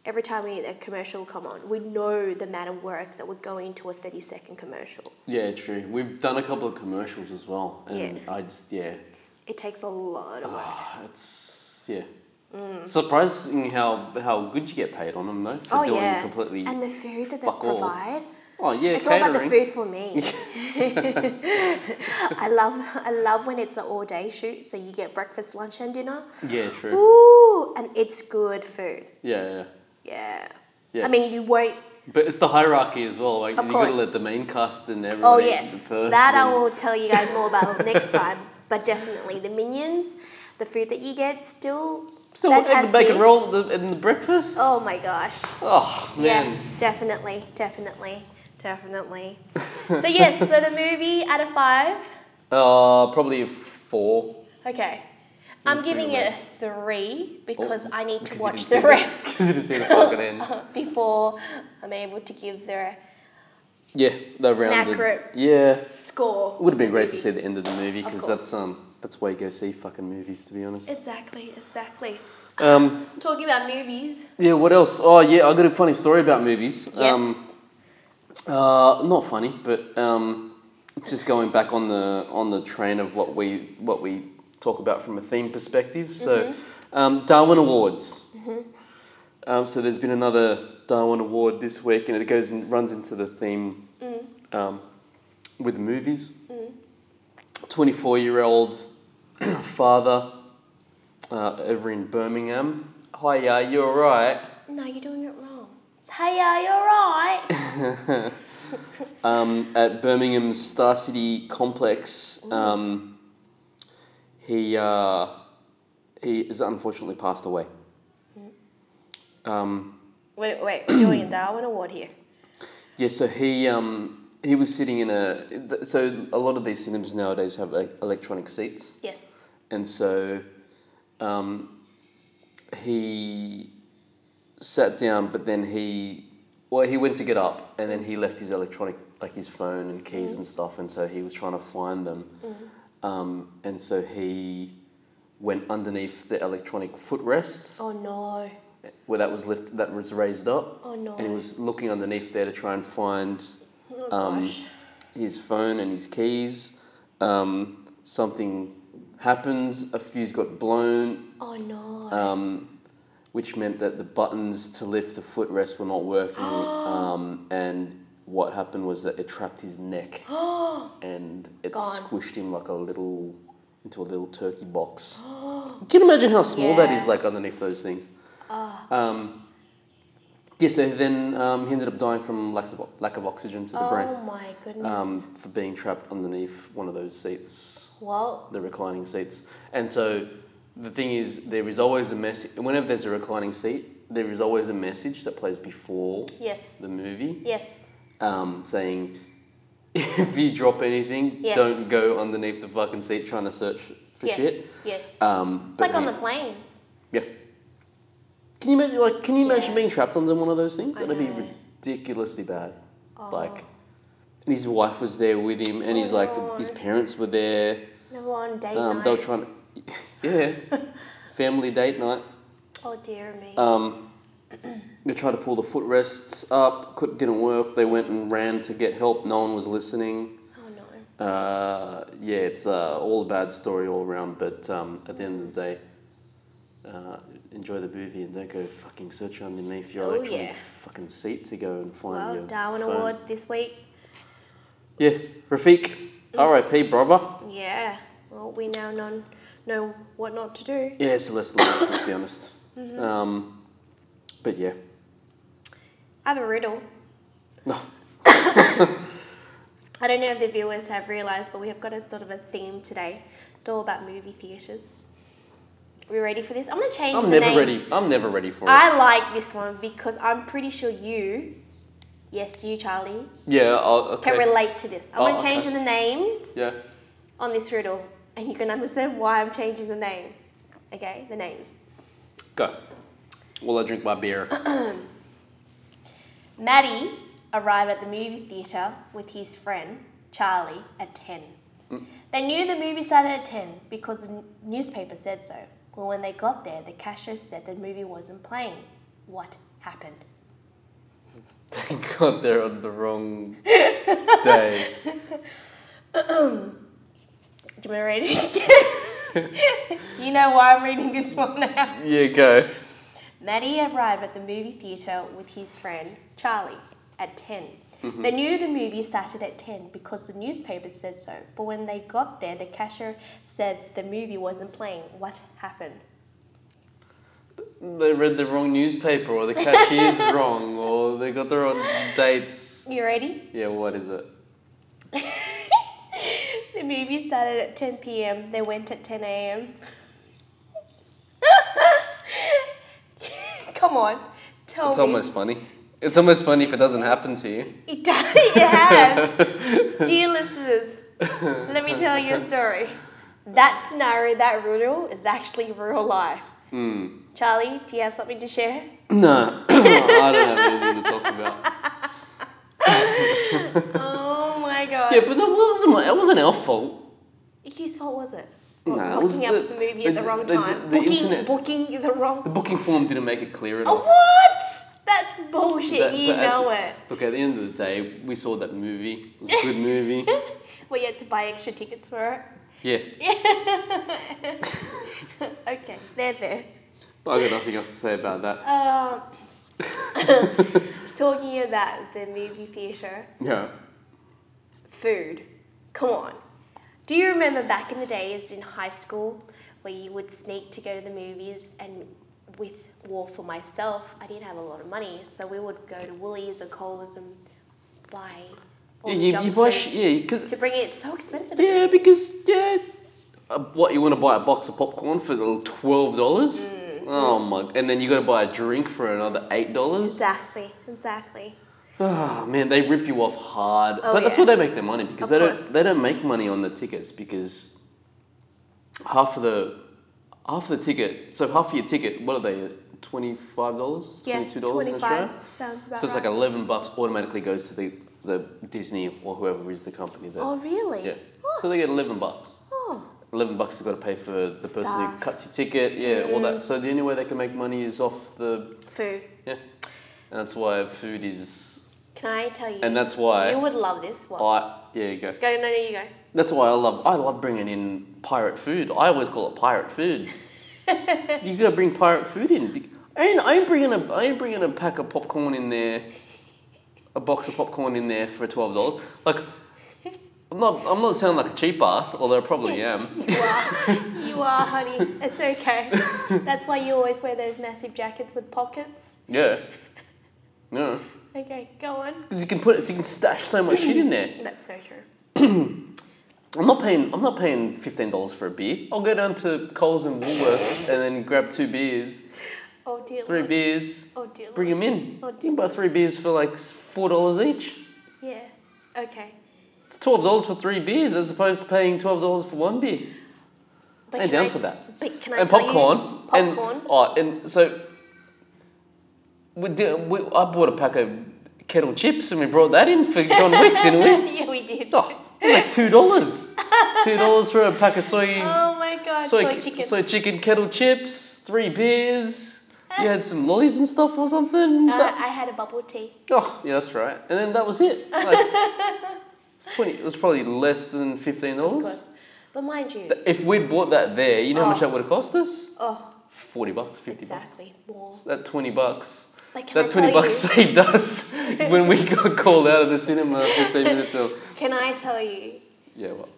[SPEAKER 2] every time we a commercial come on, we know the amount of work that would go into a thirty second commercial.
[SPEAKER 1] Yeah, true. We've done a couple of commercials as well, and
[SPEAKER 2] Yeah.
[SPEAKER 1] I just yeah,
[SPEAKER 2] It takes a lot of work.
[SPEAKER 1] Ah, it's yeah. Surprising how how good you get paid on them though for
[SPEAKER 2] oh
[SPEAKER 1] doing
[SPEAKER 2] yeah,
[SPEAKER 1] completely.
[SPEAKER 2] and the food that they
[SPEAKER 1] fuck all.
[SPEAKER 2] provide.
[SPEAKER 1] oh yeah,
[SPEAKER 2] It's
[SPEAKER 1] catering.
[SPEAKER 2] all about the food for
[SPEAKER 1] (laughs)
[SPEAKER 2] me. I love I love when it's an all day shoot, so you get breakfast, lunch, and dinner.
[SPEAKER 1] Yeah, true.
[SPEAKER 2] Ooh, and it's good food.
[SPEAKER 1] Yeah, yeah.
[SPEAKER 2] Yeah.
[SPEAKER 1] Yeah.
[SPEAKER 2] I mean, you won't.
[SPEAKER 1] But it's the hierarchy as well. Like
[SPEAKER 2] Of
[SPEAKER 1] you got to
[SPEAKER 2] course.
[SPEAKER 1] let the main cast and everyone.
[SPEAKER 2] Oh
[SPEAKER 1] eat
[SPEAKER 2] yes,
[SPEAKER 1] the first
[SPEAKER 2] that I
[SPEAKER 1] and-
[SPEAKER 2] will tell you guys more
[SPEAKER 1] (laughs)
[SPEAKER 2] about next time. But definitely the minions, the food that you get still
[SPEAKER 1] Still, and the
[SPEAKER 2] fantastic.
[SPEAKER 1] bacon roll and the, and the breakfast.
[SPEAKER 2] Oh my gosh!
[SPEAKER 1] Oh, man.
[SPEAKER 2] Yeah, definitely, definitely,
[SPEAKER 1] (laughs)
[SPEAKER 2] definitely. so yes, so the movie out of five.
[SPEAKER 1] Uh, probably a four.
[SPEAKER 2] Okay, I'm
[SPEAKER 1] That's pretty Oh,
[SPEAKER 2] giving it a three because I need to
[SPEAKER 1] Because you
[SPEAKER 2] watch
[SPEAKER 1] didn't
[SPEAKER 2] the
[SPEAKER 1] see (laughs)
[SPEAKER 2] rest uh,
[SPEAKER 1] Because you didn't see the fucking
[SPEAKER 2] (laughs)
[SPEAKER 1] end.
[SPEAKER 2] before I'm able to give the
[SPEAKER 1] Yeah, they rounded.
[SPEAKER 2] accurate.
[SPEAKER 1] Yeah,
[SPEAKER 2] score.
[SPEAKER 1] would have been great to see the end of the movie
[SPEAKER 2] Of
[SPEAKER 1] because that's um that's why you go see fucking movies to be honest.
[SPEAKER 2] Exactly, exactly.
[SPEAKER 1] Um,
[SPEAKER 2] Talking about movies.
[SPEAKER 1] yeah, what else? Oh yeah, I got a funny story about movies.
[SPEAKER 2] Yes.
[SPEAKER 1] Um, uh, not funny, but um, it's just going back on the on the train of what we what we talk about from a theme perspective. So, um, Darwin Awards. Um, so there's been another Darwin Award this week, and it goes and runs into the theme um, with movies. Twenty-four-year-old (coughs) father uh, over in Birmingham. Hiya, you alright?
[SPEAKER 2] No, you're doing it wrong. It's, Hey, are you alright?
[SPEAKER 1] (laughs) um, at Birmingham's Star City complex. Um, he uh, he has unfortunately passed away. Um,
[SPEAKER 2] Wait, wait, we're doing a Darwin Award here.
[SPEAKER 1] yeah, so he um, he was sitting in a th- so a lot of these cinemas nowadays have like, electronic seats.
[SPEAKER 2] Yes.
[SPEAKER 1] and so um, he sat down but then he well he went to get up and then he left his electronic like his phone and keys and stuff and so he was trying to find them um, and so he went underneath the electronic footrest
[SPEAKER 2] Oh no.
[SPEAKER 1] where that was lift that was raised up
[SPEAKER 2] Oh no.
[SPEAKER 1] and he was looking underneath there to try and find
[SPEAKER 2] oh,
[SPEAKER 1] um,
[SPEAKER 2] gosh.
[SPEAKER 1] his phone and his keys. Um, something happened, a fuse got blown,
[SPEAKER 2] Oh no. (gasps)
[SPEAKER 1] um, which meant that the buttons to lift the footrest were
[SPEAKER 2] (gasps)
[SPEAKER 1] not working. um, and what happened was that it trapped his neck
[SPEAKER 2] Oh,
[SPEAKER 1] and it
[SPEAKER 2] Gone.
[SPEAKER 1] squished him like a little into a little turkey
[SPEAKER 2] (gasps)
[SPEAKER 1] box. Can you imagine how small that is,
[SPEAKER 2] Yeah.
[SPEAKER 1] like underneath those things? Um, yeah, so then um, he ended up dying from lack of, lack of oxygen to the
[SPEAKER 2] oh
[SPEAKER 1] brain
[SPEAKER 2] my goodness.
[SPEAKER 1] um, for being trapped underneath one of those seats,
[SPEAKER 2] well,
[SPEAKER 1] the reclining seats. And so the thing is, there is always a message, whenever there's a reclining seat, there is always a message that plays before
[SPEAKER 2] yes.
[SPEAKER 1] the movie
[SPEAKER 2] Yes.
[SPEAKER 1] um, saying, (laughs) if you drop anything,
[SPEAKER 2] Yes.
[SPEAKER 1] don't go underneath the fucking seat trying to search for
[SPEAKER 2] yes.
[SPEAKER 1] shit.
[SPEAKER 2] Yes.
[SPEAKER 1] Um,
[SPEAKER 2] it's
[SPEAKER 1] but
[SPEAKER 2] like on
[SPEAKER 1] he-
[SPEAKER 2] the planes.
[SPEAKER 1] yeah. Can you imagine? Like, can you imagine
[SPEAKER 2] Yeah.
[SPEAKER 1] being trapped under one of those things?
[SPEAKER 2] I
[SPEAKER 1] That'd be
[SPEAKER 2] know.
[SPEAKER 1] ridiculously bad.
[SPEAKER 2] Oh,
[SPEAKER 1] Like, and his wife was there with him, and he's
[SPEAKER 2] Oh,
[SPEAKER 1] like,
[SPEAKER 2] no.
[SPEAKER 1] his parents were there.
[SPEAKER 2] Number one date
[SPEAKER 1] Um,
[SPEAKER 2] night.
[SPEAKER 1] they were trying, to, (laughs) yeah, family
[SPEAKER 2] (laughs)
[SPEAKER 1] date night.
[SPEAKER 2] oh dear me.
[SPEAKER 1] Um, they tried to pull the footrests up, could, didn't work. They went and ran to get help. No one was listening.
[SPEAKER 2] oh no.
[SPEAKER 1] Uh, yeah, it's uh, all a bad story all around. But um, at the end of the day, uh, enjoy the movie and don't go fucking searching underneath your
[SPEAKER 2] Oh,
[SPEAKER 1] electronic
[SPEAKER 2] yeah.
[SPEAKER 1] fucking seat to go and find
[SPEAKER 2] Well,
[SPEAKER 1] your
[SPEAKER 2] Darwin
[SPEAKER 1] phone.
[SPEAKER 2] Award this week.
[SPEAKER 1] Yeah, Rafiq,
[SPEAKER 2] Mm.
[SPEAKER 1] R.I.P. brother.
[SPEAKER 2] Yeah. Well, we now know, know what not to do.
[SPEAKER 1] Yeah, it's a lesson learned, let's be honest.
[SPEAKER 2] Mm-hmm.
[SPEAKER 1] Um, but yeah,
[SPEAKER 2] I have a riddle.
[SPEAKER 1] no,
[SPEAKER 2] I don't know if the viewers have realised, but we have got a sort of a theme today. It's all about movie theatres. Are we ready for this? I'm going to change
[SPEAKER 1] I'm
[SPEAKER 2] the
[SPEAKER 1] never
[SPEAKER 2] names.
[SPEAKER 1] ready. I'm never ready for it.
[SPEAKER 2] I like this one because I'm pretty sure you, yes, you, Charlie,
[SPEAKER 1] yeah, I'll, okay.
[SPEAKER 2] can relate to this. I'm
[SPEAKER 1] Oh,
[SPEAKER 2] going to change
[SPEAKER 1] okay.
[SPEAKER 2] the names
[SPEAKER 1] Yeah,
[SPEAKER 2] on this riddle and you can understand why I'm changing the name. Okay, the names.
[SPEAKER 1] go. While I drink
[SPEAKER 2] (laughs)
[SPEAKER 1] my beer.
[SPEAKER 2] Maddie arrived at the movie theatre with his friend Charlie at 10.
[SPEAKER 1] Mm.
[SPEAKER 2] They knew the movie started at 10 because the n- newspaper said so. Well, when they got there, the cashier said the movie wasn't playing. What happened?
[SPEAKER 1] Thank God they're on the wrong day.
[SPEAKER 2] Do you want me to read it again? (laughs) you know why I'm reading this one now.
[SPEAKER 1] Yeah, go.
[SPEAKER 2] Maddie arrived at the movie theatre with his friend Charlie at 10.
[SPEAKER 1] Mm-hmm.
[SPEAKER 2] They knew the movie started at 10 because the newspaper said so. But when they got there, the cashier said the movie wasn't playing. What happened?
[SPEAKER 1] They read the wrong newspaper, or
[SPEAKER 2] (laughs)
[SPEAKER 1] the cashier's wrong, or they got the wrong dates.
[SPEAKER 2] You ready? (laughs)
[SPEAKER 1] Yeah, what is it?
[SPEAKER 2] the movie started at 10 p.m. They went at 10 a.m. (laughs) Come on. Tell
[SPEAKER 1] It's
[SPEAKER 2] me.
[SPEAKER 1] almost funny. It's almost funny if it doesn't happen to you.
[SPEAKER 2] It does. (laughs) It has. Dear listeners, let me tell you a story. That scenario, that riddle, is actually real life.
[SPEAKER 1] Mm.
[SPEAKER 2] Charlie, do you have something to share?
[SPEAKER 1] (laughs) No, (clears throat) I don't have anything to talk about.
[SPEAKER 2] oh my god.
[SPEAKER 1] Yeah, but that wasn't my, that wasn't our fault.
[SPEAKER 2] Whose fault was it?
[SPEAKER 1] No, it
[SPEAKER 2] Booking
[SPEAKER 1] was
[SPEAKER 2] up
[SPEAKER 1] the-
[SPEAKER 2] the movie at
[SPEAKER 1] the-
[SPEAKER 2] the wrong
[SPEAKER 1] the-
[SPEAKER 2] time.
[SPEAKER 1] the
[SPEAKER 2] booking,
[SPEAKER 1] internet-
[SPEAKER 2] booking the wrong.
[SPEAKER 1] The booking form didn't make it clear
[SPEAKER 2] Oh,
[SPEAKER 1] enough.
[SPEAKER 2] what? That's bullshit.
[SPEAKER 1] That-
[SPEAKER 2] you
[SPEAKER 1] but at-
[SPEAKER 2] know it.
[SPEAKER 1] Look, at the end of the day, we saw that movie. It was a
[SPEAKER 2] (laughs)
[SPEAKER 1] good movie.
[SPEAKER 2] Well, you had to buy extra tickets for it.
[SPEAKER 1] Yeah,
[SPEAKER 2] (laughs) okay, they're
[SPEAKER 1] (laughs)
[SPEAKER 2] there.
[SPEAKER 1] I got nothing else to say about that.
[SPEAKER 2] Um, (laughs) talking about the movie theatre,
[SPEAKER 1] No.
[SPEAKER 2] food. Come on. Do you remember back in the days in high school where you would sneak to go to the movies and with war for myself, I didn't have a lot of money, so we would go to Woolies or Coles and buy all the
[SPEAKER 1] Yeah, you, you
[SPEAKER 2] junk
[SPEAKER 1] buy
[SPEAKER 2] food
[SPEAKER 1] sh- yeah, because
[SPEAKER 2] to bring it. It's so expensive.
[SPEAKER 1] Yeah, because yeah, uh, what you want to buy a box of popcorn for the twelve dollars?
[SPEAKER 2] Mm.
[SPEAKER 1] Oh my! And then you got to buy a drink for another eight dollars.
[SPEAKER 2] Exactly, exactly.
[SPEAKER 1] Oh man, they rip you off hard.
[SPEAKER 2] Oh,
[SPEAKER 1] but that's
[SPEAKER 2] yeah.
[SPEAKER 1] where they make their money because
[SPEAKER 2] Of
[SPEAKER 1] they
[SPEAKER 2] course.
[SPEAKER 1] don't they don't make money on the tickets because half of the half of the ticket. So half of your ticket, what are they? Twenty five dollars,
[SPEAKER 2] Yeah,
[SPEAKER 1] twenty two dollars in
[SPEAKER 2] 25
[SPEAKER 1] Australia.
[SPEAKER 2] sounds about
[SPEAKER 1] So it's
[SPEAKER 2] right.
[SPEAKER 1] like eleven bucks automatically goes to the the Disney or whoever is the company there.
[SPEAKER 2] Oh, really?
[SPEAKER 1] Yeah. So they get eleven bucks.
[SPEAKER 2] Oh,
[SPEAKER 1] 11 bucks has got to pay for the person who
[SPEAKER 2] Staff.
[SPEAKER 1] cuts your ticket, yeah, all
[SPEAKER 2] Mm.
[SPEAKER 1] that. So the only way they can make money is off the,
[SPEAKER 2] food.
[SPEAKER 1] yeah. And that's why food is,
[SPEAKER 2] Can I tell you?
[SPEAKER 1] and that's
[SPEAKER 2] you
[SPEAKER 1] why
[SPEAKER 2] would love this one.
[SPEAKER 1] I, yeah, you go.
[SPEAKER 2] Go, no, no, you go.
[SPEAKER 1] That's why I love, I love bringing in pirate food. I always call it pirate food. you gotta bring pirate food in. Be- I ain't, I ain't bringing a, I ain't bringing a pack of popcorn in there, a box of popcorn in there for twelve dollars. Like, I'm not, I'm not sounding like a cheap ass, although I probably am.
[SPEAKER 2] (laughs) You are, you are, honey. It's okay. That's why you always wear those massive jackets with pockets.
[SPEAKER 1] Yeah. No.
[SPEAKER 2] Okay, go on.
[SPEAKER 1] Because you can put it, so you can stash so much shit in there.
[SPEAKER 2] That's so true.
[SPEAKER 1] I'm not paying. I'm not paying fifteen dollars for a beer. I'll go down to Coles and Woolworths and then grab two beers,
[SPEAKER 2] Oh dear.
[SPEAKER 1] three
[SPEAKER 2] Lord.
[SPEAKER 1] beers,
[SPEAKER 2] Oh dear. Lord.
[SPEAKER 1] bring them in.
[SPEAKER 2] Oh,
[SPEAKER 1] You can buy three beers for like s- four dollars each.
[SPEAKER 2] Yeah. Okay.
[SPEAKER 1] It's twelve dollars for three beers as opposed to paying twelve dollars for one beer.
[SPEAKER 2] But
[SPEAKER 1] I'm
[SPEAKER 2] can
[SPEAKER 1] down
[SPEAKER 2] I-
[SPEAKER 1] for that.
[SPEAKER 2] But can I
[SPEAKER 1] And
[SPEAKER 2] tell
[SPEAKER 1] popcorn,
[SPEAKER 2] You, popcorn.
[SPEAKER 1] (laughs) And, oh, and so we did. We, I bought a pack of kettle chips and we brought that in
[SPEAKER 2] (laughs)
[SPEAKER 1] for John Wick, didn't we?
[SPEAKER 2] yeah, we did.
[SPEAKER 1] Oh, it was like two dollars.
[SPEAKER 2] (laughs)
[SPEAKER 1] two dollars for a pack of soy
[SPEAKER 2] Oh my god.
[SPEAKER 1] soy,
[SPEAKER 2] Soy, chicken.
[SPEAKER 1] soy chicken kettle chips, three beers. You had some lollies and stuff or something.
[SPEAKER 2] uh,
[SPEAKER 1] That-
[SPEAKER 2] I had a bubble tea.
[SPEAKER 1] oh, yeah, that's right. And then that was it. Like,
[SPEAKER 2] (laughs)
[SPEAKER 1] it was twenty. It was probably less than fifteen
[SPEAKER 2] Of
[SPEAKER 1] dollars.
[SPEAKER 2] course. But mind you.
[SPEAKER 1] If we'd bought that there, you know how much
[SPEAKER 2] Oh.
[SPEAKER 1] that would have cost us?
[SPEAKER 2] oh.
[SPEAKER 1] 40 bucks, 50 bucks.
[SPEAKER 2] Exactly. More.
[SPEAKER 1] So That 20 bucks,
[SPEAKER 2] But can I
[SPEAKER 1] that 20
[SPEAKER 2] tell
[SPEAKER 1] bucks
[SPEAKER 2] you?
[SPEAKER 1] (laughs)
[SPEAKER 2] (laughs)
[SPEAKER 1] saved us when we got called out of the cinema 15 minutes early.
[SPEAKER 2] (laughs) Can I tell you?
[SPEAKER 1] Yeah, well,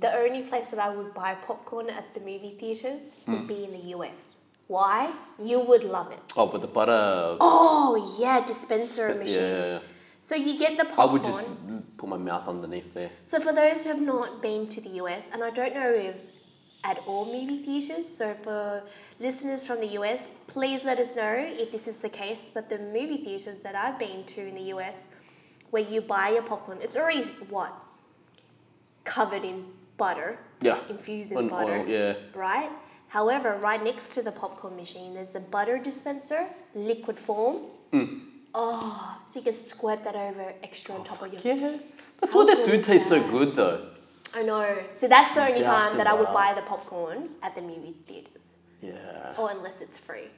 [SPEAKER 2] The only place that I would buy popcorn at the movie theaters would
[SPEAKER 1] Hmm.
[SPEAKER 2] be in the US. Why? You would love it.
[SPEAKER 1] oh, but the butter.
[SPEAKER 2] Oh yeah, dispenser machine.
[SPEAKER 1] Yeah,
[SPEAKER 2] So you get the
[SPEAKER 1] I
[SPEAKER 2] popcorn.
[SPEAKER 1] would just put my mouth underneath there.
[SPEAKER 2] So for those who have not been to the US, and I don't know if at all movie theaters, so for listeners from the US, please let us know if this is the case. But the movie theaters that I've been to in the US, where you buy your popcorn, it's already what covered in butter,
[SPEAKER 1] Yeah.
[SPEAKER 2] infused in
[SPEAKER 1] On
[SPEAKER 2] butter,
[SPEAKER 1] oil, yeah.
[SPEAKER 2] right? However, right next to the popcorn machine, there's a butter dispenser, liquid form.
[SPEAKER 1] Mm.
[SPEAKER 2] Oh, so you can squirt that over extra
[SPEAKER 1] Oh,
[SPEAKER 2] on top of your
[SPEAKER 1] Yeah. That's
[SPEAKER 2] How
[SPEAKER 1] why their
[SPEAKER 2] good
[SPEAKER 1] food
[SPEAKER 2] is
[SPEAKER 1] tastes so
[SPEAKER 2] that?
[SPEAKER 1] good though.
[SPEAKER 2] I know. So that's the only
[SPEAKER 1] Just
[SPEAKER 2] time that I would
[SPEAKER 1] about.
[SPEAKER 2] buy the popcorn at the movie theaters,
[SPEAKER 1] Yeah.
[SPEAKER 2] or unless it's
[SPEAKER 1] (laughs)
[SPEAKER 2] free.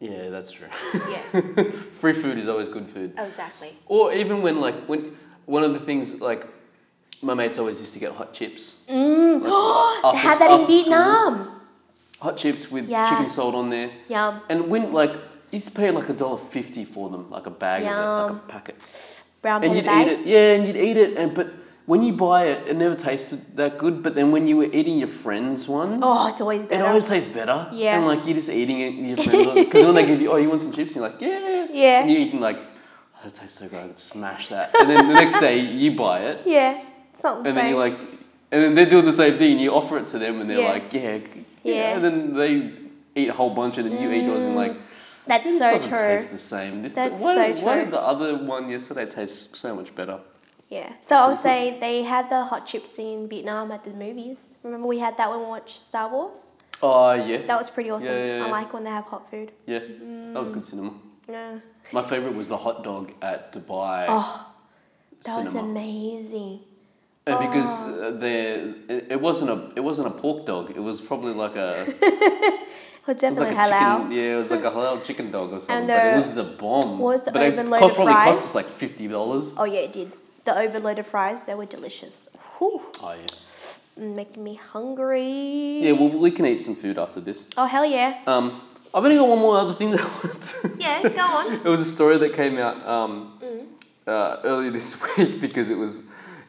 [SPEAKER 1] Yeah, that's true. (laughs)
[SPEAKER 2] Yeah, Oh,
[SPEAKER 1] Free food is always good food.
[SPEAKER 2] exactly.
[SPEAKER 1] Or even when like when one of the things like my mates always used to get hot chips.
[SPEAKER 2] they (gasps)
[SPEAKER 1] Mm. after-
[SPEAKER 2] had that in
[SPEAKER 1] after school.
[SPEAKER 2] Vietnam.
[SPEAKER 1] Hot chips with
[SPEAKER 2] Yeah.
[SPEAKER 1] chicken salt on there.
[SPEAKER 2] Yum.
[SPEAKER 1] And when like you used to pay like a dollar fifty for them, like a bag of it,
[SPEAKER 2] Yum.
[SPEAKER 1] like a packet.
[SPEAKER 2] Brown
[SPEAKER 1] and
[SPEAKER 2] paper
[SPEAKER 1] you'd
[SPEAKER 2] bag.
[SPEAKER 1] eat it. Yeah, and you'd eat it and but when you buy it, it never tasted that good. But then when you were eating your friends' one,
[SPEAKER 2] Oh, it's always
[SPEAKER 1] it
[SPEAKER 2] better.
[SPEAKER 1] always tastes better.
[SPEAKER 2] Yeah.
[SPEAKER 1] And like you're just eating it with your friends because when they give you, oh, you want some chips? You're like, yeah.
[SPEAKER 2] Yeah.
[SPEAKER 1] And you're eating like, oh, that tastes so good. I could smash that. And then the next day you buy it.
[SPEAKER 2] yeah, it's not the
[SPEAKER 1] and then
[SPEAKER 2] same.
[SPEAKER 1] you're like, and then they're doing the same thing. You offer it to them, and they're
[SPEAKER 2] Yeah.
[SPEAKER 1] like, yeah, c-
[SPEAKER 2] Yeah.
[SPEAKER 1] And then they eat a whole bunch, and then you eat yours, and like,
[SPEAKER 2] That's
[SPEAKER 1] this
[SPEAKER 2] so
[SPEAKER 1] doesn't
[SPEAKER 2] true.
[SPEAKER 1] taste the same. This
[SPEAKER 2] That's
[SPEAKER 1] why,
[SPEAKER 2] so
[SPEAKER 1] why
[SPEAKER 2] true.
[SPEAKER 1] did the other one yesterday taste so much better?
[SPEAKER 2] Yeah. So I was saying they had the hot chips in Vietnam at the movies. Remember we had that when we watched Star Wars.
[SPEAKER 1] Oh yeah,
[SPEAKER 2] That was pretty awesome.
[SPEAKER 1] yeah, yeah.
[SPEAKER 2] I like when they have hot food.
[SPEAKER 1] yeah, that
[SPEAKER 2] Mm.
[SPEAKER 1] was good cinema.
[SPEAKER 2] Yeah.
[SPEAKER 1] My favorite was the hot dog at Dubai
[SPEAKER 2] Oh, that was
[SPEAKER 1] cinema,
[SPEAKER 2] amazing.
[SPEAKER 1] and because
[SPEAKER 2] Oh.
[SPEAKER 1] uh, the it, it wasn't a it wasn't a pork dog. It was probably like a
[SPEAKER 2] It was
[SPEAKER 1] It was like
[SPEAKER 2] definitely
[SPEAKER 1] a
[SPEAKER 2] halal.
[SPEAKER 1] chicken, yeah, it was like
[SPEAKER 2] (laughs)
[SPEAKER 1] a halal chicken dog or something.
[SPEAKER 2] And
[SPEAKER 1] but it
[SPEAKER 2] the-
[SPEAKER 1] was the bomb.
[SPEAKER 2] what was the
[SPEAKER 1] but it
[SPEAKER 2] overload
[SPEAKER 1] co-
[SPEAKER 2] of
[SPEAKER 1] probably cost
[SPEAKER 2] fries?
[SPEAKER 1] us like fifty dollars.
[SPEAKER 2] Oh yeah, it did. The overloaded fries, they were delicious. Whew,
[SPEAKER 1] Oh yeah.
[SPEAKER 2] making me hungry.
[SPEAKER 1] Yeah, well, we can eat some food after this.
[SPEAKER 2] Oh hell yeah.
[SPEAKER 1] Um, I've only got one more other thing that I wanted. to-
[SPEAKER 2] (laughs) Yeah, go Mm. on.
[SPEAKER 1] (laughs) it was a story that came out um, uh, earlier this (laughs) week because it was,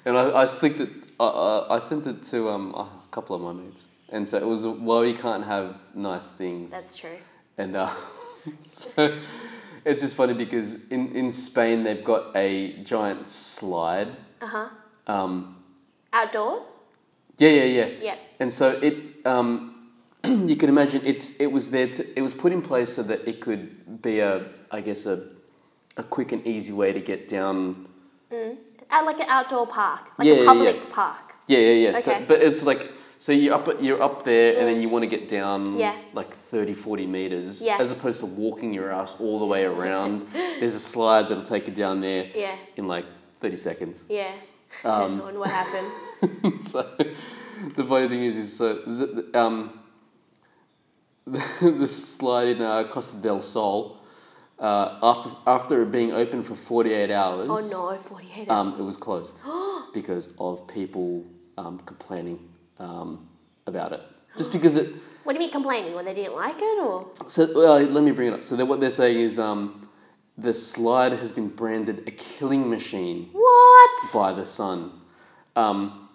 [SPEAKER 1] and I, I flicked it. I, I, I sent it to um, a couple of my mates, and so it was. Well, you can't have nice things.
[SPEAKER 2] That's true.
[SPEAKER 1] And uh, (laughs) so it's just funny because in, in Spain they've got a giant slide.
[SPEAKER 2] Uh huh.
[SPEAKER 1] Um,
[SPEAKER 2] Outdoors.
[SPEAKER 1] yeah, yeah, yeah.
[SPEAKER 2] Yeah.
[SPEAKER 1] And so it, um, (clears throat) you can imagine it's it was there to, it was put in place so that it could be a I guess a a quick and easy way to get down.
[SPEAKER 2] At like an outdoor park, like
[SPEAKER 1] Yeah, yeah,
[SPEAKER 2] a public park.
[SPEAKER 1] Yeah, yeah, yeah. So,
[SPEAKER 2] Okay. Mm.
[SPEAKER 1] but it's like so you're up you're up there and then you want to get down
[SPEAKER 2] Yeah.
[SPEAKER 1] like 30 40 meters
[SPEAKER 2] Yeah.
[SPEAKER 1] as opposed to walking your ass all the way
[SPEAKER 2] (laughs)
[SPEAKER 1] around. There's a slide that'll take you down there.
[SPEAKER 2] Yeah.
[SPEAKER 1] in like 30 seconds. (laughs)
[SPEAKER 2] Yeah. (laughs)
[SPEAKER 1] Um,
[SPEAKER 2] and what happened?
[SPEAKER 1] so the funny thing is, is so th- um, (laughs) the, the slide in uh, Costa del Sol, uh, after after it being open for 48 hours,
[SPEAKER 2] Oh no, forty-eight.
[SPEAKER 1] um, it was
[SPEAKER 2] (gasps)
[SPEAKER 1] closed because of people um, complaining um, about it.
[SPEAKER 2] (gasps)
[SPEAKER 1] Just because it,
[SPEAKER 2] what do you mean complaining? When they didn't like it, or
[SPEAKER 1] so uh, let me bring it up. So that what they're saying is, um, the slide has been branded a killing machine.
[SPEAKER 2] what?
[SPEAKER 1] by the sun. Um,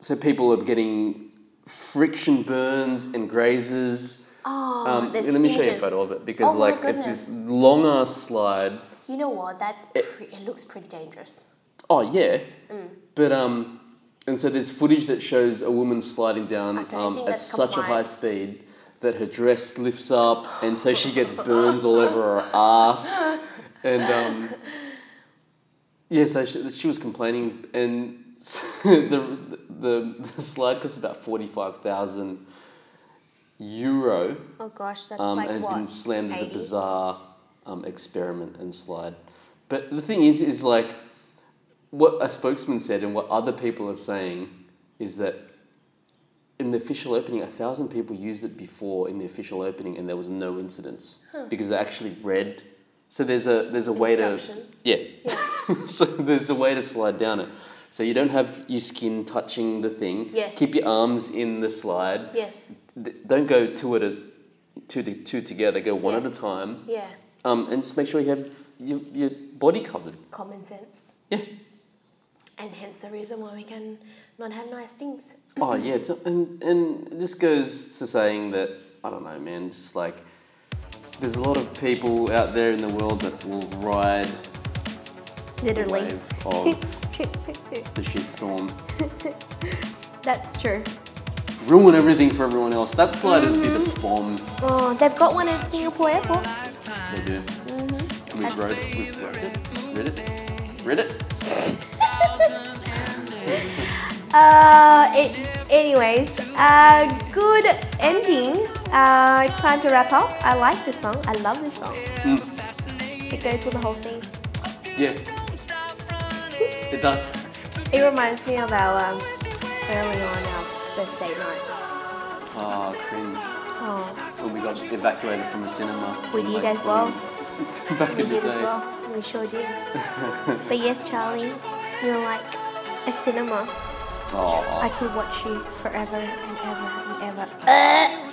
[SPEAKER 1] so people are getting friction burns and grazes.
[SPEAKER 2] Oh,
[SPEAKER 1] Um,
[SPEAKER 2] there's
[SPEAKER 1] and let me show you a
[SPEAKER 2] pages.
[SPEAKER 1] photo of it because
[SPEAKER 2] Oh my
[SPEAKER 1] like it's this
[SPEAKER 2] goodness.
[SPEAKER 1] long ass slide.
[SPEAKER 2] You know what? That's pre- it looks pretty dangerous.
[SPEAKER 1] Oh yeah,
[SPEAKER 2] Mm.
[SPEAKER 1] but um, and so there's footage that shows a woman sliding down
[SPEAKER 2] I don't
[SPEAKER 1] um,
[SPEAKER 2] think
[SPEAKER 1] at
[SPEAKER 2] that's
[SPEAKER 1] such a high
[SPEAKER 2] compliant.
[SPEAKER 1] speed that her dress lifts up, and so she
[SPEAKER 2] (laughs)
[SPEAKER 1] gets burns all over her ass, and um, yeah, so she, she was complaining, and (laughs) the, the the slide costs about forty five thousand euro
[SPEAKER 2] Oh gosh, that's
[SPEAKER 1] um,
[SPEAKER 2] like
[SPEAKER 1] has
[SPEAKER 2] what?
[SPEAKER 1] been slammed as a
[SPEAKER 2] 80?
[SPEAKER 1] bizarre um, experiment and slide. But the thing is, is like what a spokesman said and what other people are saying is that in the official opening, a thousand people used it before in the official opening, and there was no incidents because they actually read. So there's a there's a way to
[SPEAKER 2] Instructions.
[SPEAKER 1] yeah. (laughs) so there's a way to slide down it. So you don't have your skin touching the thing.
[SPEAKER 2] Yes.
[SPEAKER 1] Keep your arms in the slide
[SPEAKER 2] Yes.
[SPEAKER 1] th- don't go two at a two to two together. Go one
[SPEAKER 2] Yeah.
[SPEAKER 1] at a time,
[SPEAKER 2] Yeah.
[SPEAKER 1] um, and just make sure you have your, your body covered.
[SPEAKER 2] Common sense.
[SPEAKER 1] Yeah.
[SPEAKER 2] And hence the reason why we can not have nice things.
[SPEAKER 1] Oh yeah, it's, and and this goes to saying that I don't know, man. Just like there's a lot of people out there in the world that will ride the
[SPEAKER 2] Literally.
[SPEAKER 1] wave
[SPEAKER 2] (laughs)
[SPEAKER 1] of the shitstorm,
[SPEAKER 2] That's true.
[SPEAKER 1] ruin everything for everyone else. That slide is be the bomb.
[SPEAKER 2] Oh, they've got one at Singapore Airport.
[SPEAKER 1] They do. Mm-hmm. We've
[SPEAKER 2] That's-
[SPEAKER 1] wrote, we've wrote it, read it, read it.
[SPEAKER 2] Uh, it, anyways, uh, good ending. Uh, it's time to wrap up. I like this song. I love this song. It goes with the whole thing.
[SPEAKER 1] Yeah. It does.
[SPEAKER 2] It reminds me of our um, early on our first date night.
[SPEAKER 1] Oh, cringe.
[SPEAKER 2] Oh,
[SPEAKER 1] When we got evacuated from the cinema.
[SPEAKER 2] We
[SPEAKER 1] in
[SPEAKER 2] did
[SPEAKER 1] Lake
[SPEAKER 2] as well.
[SPEAKER 1] William. (laughs) Back
[SPEAKER 2] we
[SPEAKER 1] in the
[SPEAKER 2] did as
[SPEAKER 1] day.
[SPEAKER 2] well. We sure did. but yes, Charlie, you're like a cinema. I
[SPEAKER 1] Oh,
[SPEAKER 2] could watch you forever and ever and ever.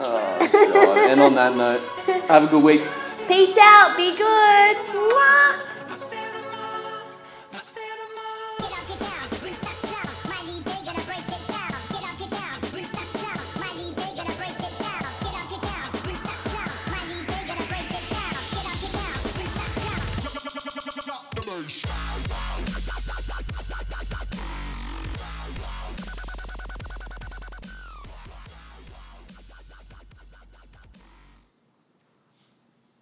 [SPEAKER 1] oh, God. And on that note, have a good week.
[SPEAKER 2] Peace out. Be good.